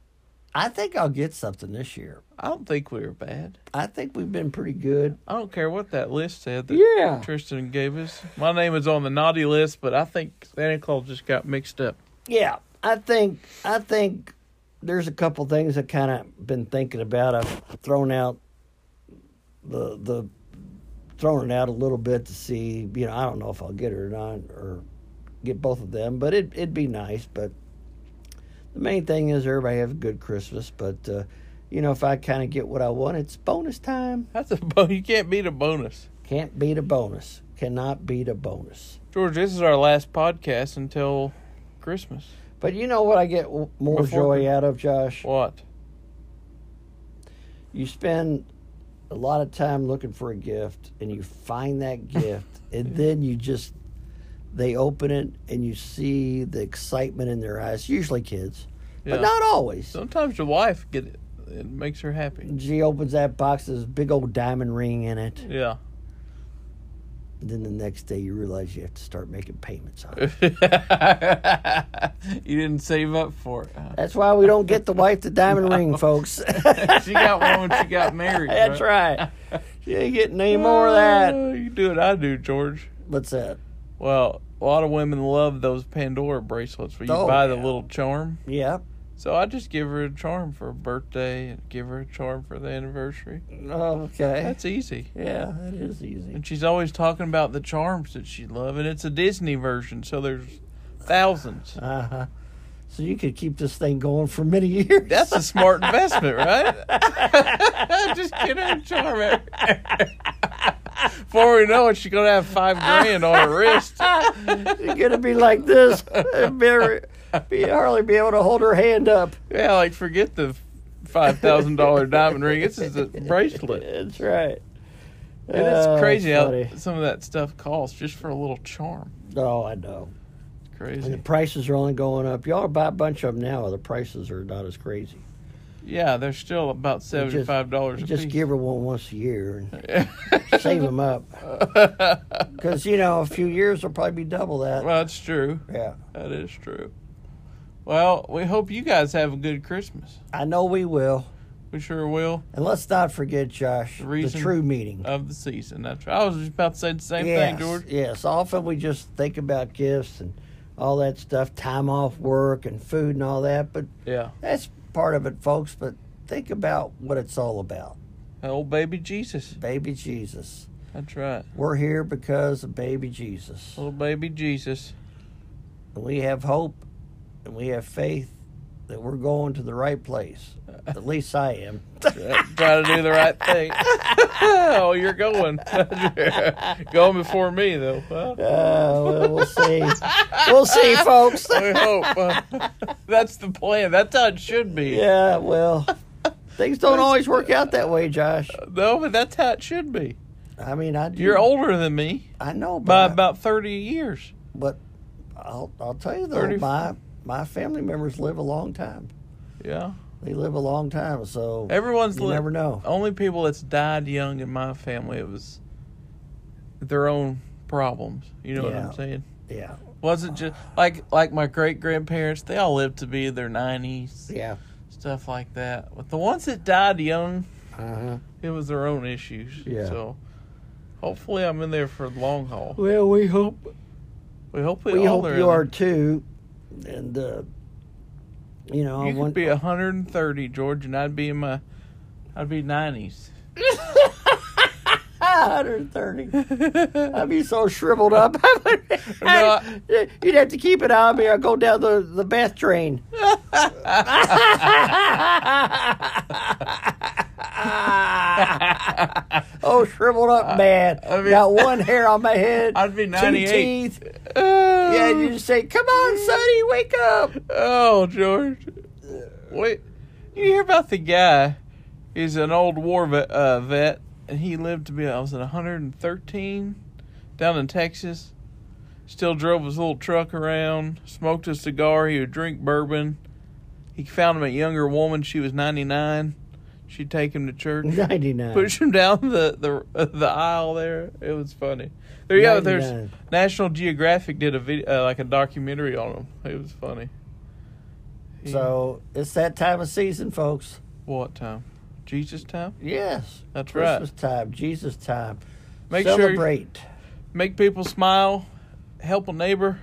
I think I'll get something this year. I don't think we were bad. I think we've been pretty good. I don't care what that list said that Yeah. Tristan gave us. My name is on the naughty list, but I think Santa Claus just got mixed up. Yeah, I think I think there's a couple things I kind of been thinking about. I've thrown out the the thrown it out a little bit to see. You know, I don't know if I'll get it or not, or get both of them. But it it'd be nice. But the main thing is everybody have a good Christmas. But uh, you know, if I kind of get what I want, it's bonus time. That's a bo- you can't beat a bonus. Can't beat a bonus. Cannot beat a bonus. George, this is our last podcast until Christmas. But you know what I get w- more Before- joy out of, Josh? What? you spend a lot of time looking for a gift and you find that gift and then you just they open it and you see the excitement in their eyes usually kids Yeah. but not always Sometimes your wife get it. It makes her happy. she opens that box there's a big old diamond ring in it Yeah. and then the next day you realize you have to start making payments on you it didn't save up for it. huh? that's why we don't get the wife the diamond ring folks She got one when she got married. that's right you ain't getting any more of that Oh, You do what I do, George. what's that Well, a lot of women love those Pandora bracelets where you Oh, buy the yeah. little charm. yeah So I just give her a charm for a birthday and give her a charm for the anniversary. okay That's easy. yeah that is easy And she's always talking about the charms that she loves, and it's a Disney version, so there's thousands. Uh-huh. So you could keep this thing going for many years. That's a smart investment, right? Just get her a charm. every- Before we know it, she's gonna have five grand on her wrist. You're gonna be like this. and Be, be hardly be able to hold her hand up. Yeah, like forget the five thousand dollar diamond ring. This is a bracelet. That's right. And it's Oh, crazy funny. how some of that stuff costs just for a little charm. Oh, I know. It's And the crazy. prices are only going up. Y'all buy a bunch of them now. or The prices are not as crazy. Yeah, they're still about You seventy just- five dollars you a Just piece. give her one once a year and save them up. Because you know, a few years will probably be double that. well, that's true. Yeah, That is true. Well, we hope you guys have a good Christmas. I know we will. We sure will. And let's not forget, Josh, the reason- true meaning. of the season. That's right. I was just about to say the same yes, thing, George. Yes, often we just think about gifts and all that stuff, time off work and food and all that, but Yeah. that's part of it, folks. But think about what it's all about. Old baby Jesus. Baby Jesus. That's right. We're here because of baby Jesus. Little baby Jesus. And we have hope and we have faith that we're going to the right place. At least I am. Try try to do the right thing. oh, you're going. going before me, though. Well, Uh, well, we'll see. We'll see, folks. we hope. that's the plan. That's how it should be. Yeah, well, things don't always work out that way, Josh. No, but that's how it should be. I mean, I do. You're older than me I know, by but, about 30 years. but I'll I'll tell you though, 30 my my family members live a long time. Yeah. They live a long time, so Everyone's you li- never know. Only people that's died young in my family, it was their own problems. You know what Yeah. I'm saying? Yeah. Wasn't just like like my great grandparents. They all lived to be their nineties, Yeah. stuff like that. But the ones that died young, Uh huh. it was their own issues. Yeah. So hopefully, I'm in there for the long haul. Well, we hope We hope we, we all hope are. in you there. are too, and uh, you know I You could want be 130, George, and I'd be in my, I'd be 90s. 130. I'd be so shriveled up. I- you'd have to keep an eye on me. I go down the the bath drain. oh, shriveled up man. I mean- Got one hair on my head. I'd be 98. Two teeth. Yeah, and you just say, "Come on, Sonny, wake up." Oh, George. Wait. You hear about the guy? He's an old war vet, uh, vet and he lived to be, I was at 113 down in Texas. Still drove his little truck around, smoked a cigar, he would drink bourbon. He found him a younger woman. She was 99. She'd take him to church. Ninety nine. push him down the the uh, the aisle there. It was funny. There you go. There's 99. National Geographic did a video uh, like a documentary on him. It was funny. He- So it's that time of season, folks. what time? Jesus time. Yes, That's right. Christmas time, Jesus time. Make sure- Celebrate. Make people smile. Help a neighbor.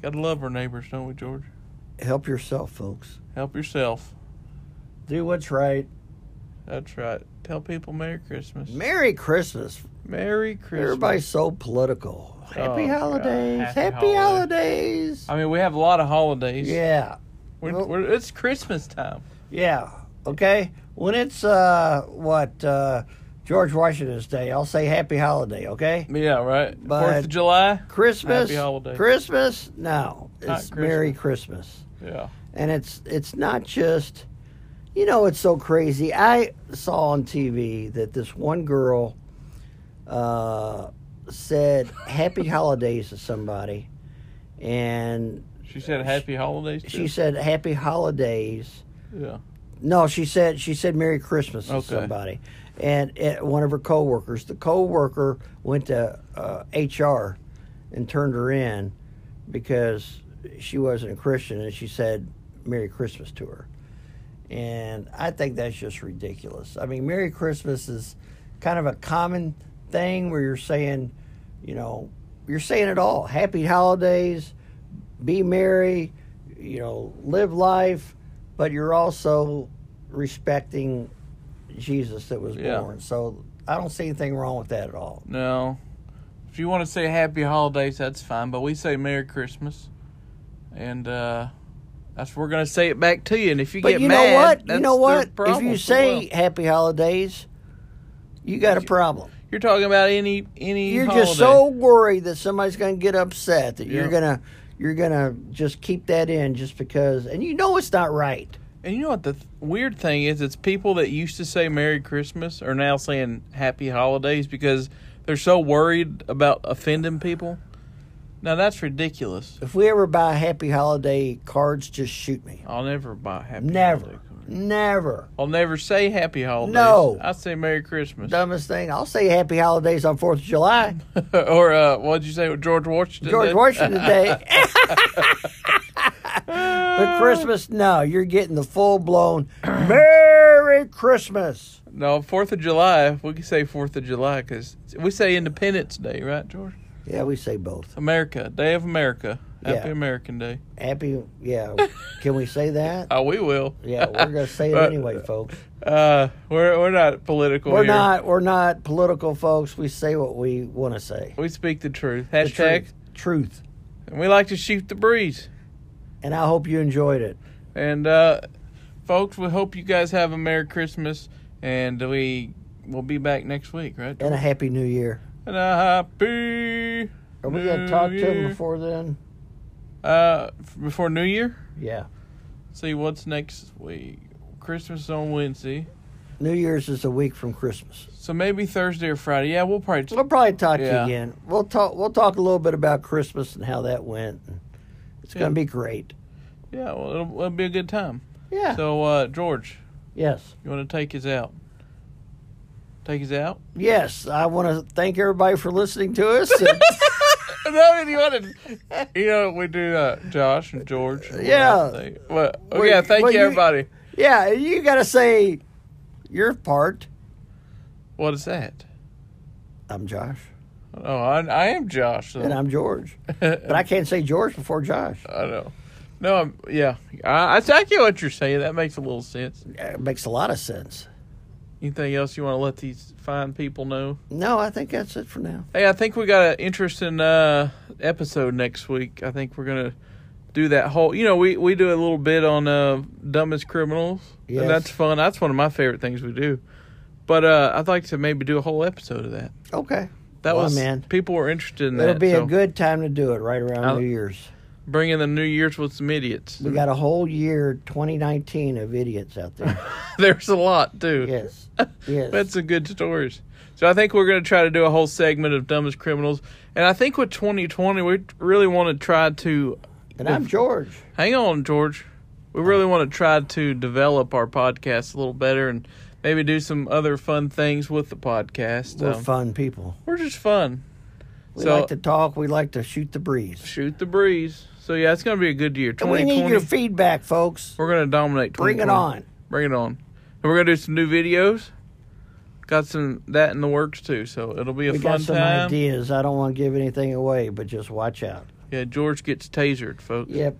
Gotta love our neighbors, don't we, George? Help yourself, folks. Help yourself. Do what's right. That's right. Tell people Merry Christmas. Merry Christmas. Merry Christmas. Everybody's so political. Happy Oh, God. holidays. Happy Happy, holiday. holidays. I mean, we have a lot of holidays. Yeah. We're, we're, it's Christmas time. Yeah. Okay. When it's uh what uh George Washington's Day, I'll say happy holiday, okay? Yeah, right. But- Fourth of July. Christmas Happy holiday. Christmas? No. It's Not Merry Christmas. Yeah. and it's it's not just you know it's so crazy i saw on tv that this one girl uh, said happy holidays to somebody and She said happy holidays. she Too. said happy holidays yeah. no she said she said merry christmas to Okay. somebody and it, one of her coworkers the coworker went to uh, hr and turned her in because she wasn't a christian and she said merry christmas to her and I think that's just ridiculous. I mean, Merry Christmas is kind of a common thing where you're saying, you know, you're saying it all. Happy holidays, be merry, you know, live life, but you're also respecting Jesus that was Yeah. born. So I don't see anything wrong with that at all. No. If you want to say happy holidays, that's fine. But we say Merry Christmas, and uh, that's we're gonna say it back to you. And if you But get you mad, know what? You that's know their what? If problem you as well. say happy holidays, you got a problem. you're talking about any any, you're holiday. just so worried that somebody's going to get upset that you're Yeah. going to you're going to just keep that in just because and you know it's not right. And you know what the th- weird thing is? It's people that used to say Merry Christmas are now saying Happy Holidays because they're so worried about offending people. Now that's ridiculous. If we ever buy happy holiday cards just shoot me. I'll never buy Happy Never. Holiday. Never. I'll never say Happy Holidays. No. I say Merry Christmas. Dumbest thing. I'll say happy holidays on 4th of July. or uh, what'd you say with George Washington? George did? Washington Day. but Christmas, no, you're getting the full blown Merry Christmas. No, Fourth of July. We can say Fourth of July because we say Independence Day, right, George? Yeah, we say both. America, Day of America, Happy Yeah. American Day. Happy, yeah. Can we say that? Oh, we will. Yeah, we're gonna say it But, anyway, folks. Uh, we're we're not political. We're here. not we're not political, folks. We say what we want to say. We speak the truth. The Hashtag. truth. truth. And we like to shoot the breeze. And I hope you enjoyed it. And uh, folks, we hope you guys have a Merry Christmas, and we will be back next week, right? And a happy new year. And a happy. Are we gonna New talk to him Year. before then? Uh, f- before New Year. Yeah. See what's next week. Christmas on Wednesday, New Year's is a week from Christmas. so maybe Thursday or Friday. Yeah, we'll probably. We'll probably talk to you Yeah. again. We'll talk we'll talk a little bit about Christmas and how that went. It's Yeah. gonna be great. Yeah, well, it'll, it'll be a good time. Yeah. So, uh, George, yes. you want to take us out? Take us out. Yes. I wanna thank everybody for listening to us. and- no, I mean, you want to, you know, we do uh, Josh and George. And Yeah. whatever they- Well, oh, Well, yeah, thank well, you, you- everybody. Yeah, you got to say your part. What is that? I'm Josh. Oh, I, I am Josh. And Though. I'm George. But I can't say George before Josh. I know. No, I'm, yeah. I, I, I get what you're saying. That makes a little sense. It makes a lot of sense. Anything else you want to let these fine people know? No, I think that's it for now. Hey, I think we got an interesting uh, episode next week. I think we're gonna do that whole. You know, we we do a little bit on uh, dumbest criminals, Yes. and that's fun. That's one of my favorite things we do. But uh, I'd like to maybe do a whole episode of that. Okay. That Well, was man. people were interested in that. It'll be so a good time to do it right around I'll- Mm-hmm. New Year's. bring in the New Year's with some idiots. We got a whole year 2019 of idiots out there. There's a lot too. Yes. Yes. That's some good stories. So I think we're going to try to do a whole segment of dumbest criminals, and I think with 2020 we really want to try to and I'm George. Hang on, George. We really want to try to develop our podcast a little better and maybe do some other fun things with the podcast. We're Um, fun people. we're just fun. We so- like to talk. We like to shoot the breeze. Shoot the breeze. So yeah, it's going to be a good year. And we 2020. need your feedback, folks. we're going to dominate. Bring it 2020. on. Bring it on. And we're going to do some new videos. Got some that in the works too, so it'll be a We fun got some time. ideas. I don't want to give anything away, but just watch out. Yeah, George gets tasered, folks. Yep.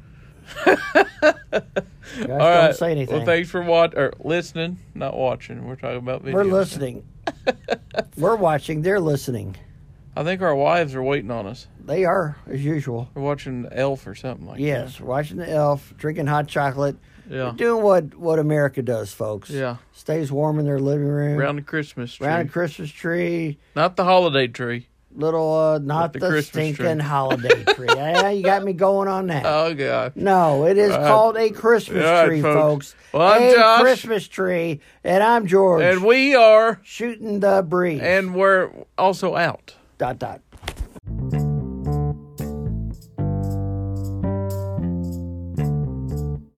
Guys, All right. don't say anything. Well, thanks for watching or listening, not watching. We're talking about videos. We're listening. We're watching. They're listening. I think our wives are waiting on us. They are, as usual. We're watching Elf or something like Yes, watching the elf, drinking hot chocolate, that. Yeah. doing what, what America does, folks. Uh-huh. Yeah. Stays warm in their living room. Around the Christmas tree. round a Christmas tree. Not the holiday tree. Little, uh, not the the, Christmas stinking tree. holiday tree. yeah, you got me going on that. Oh, God. no, it is All right. called a Christmas All right, tree, folks. folks. Well, I'm a Josh. Christmas tree, and I'm George. And we are, shooting the breeze. and we're also out. dot dot.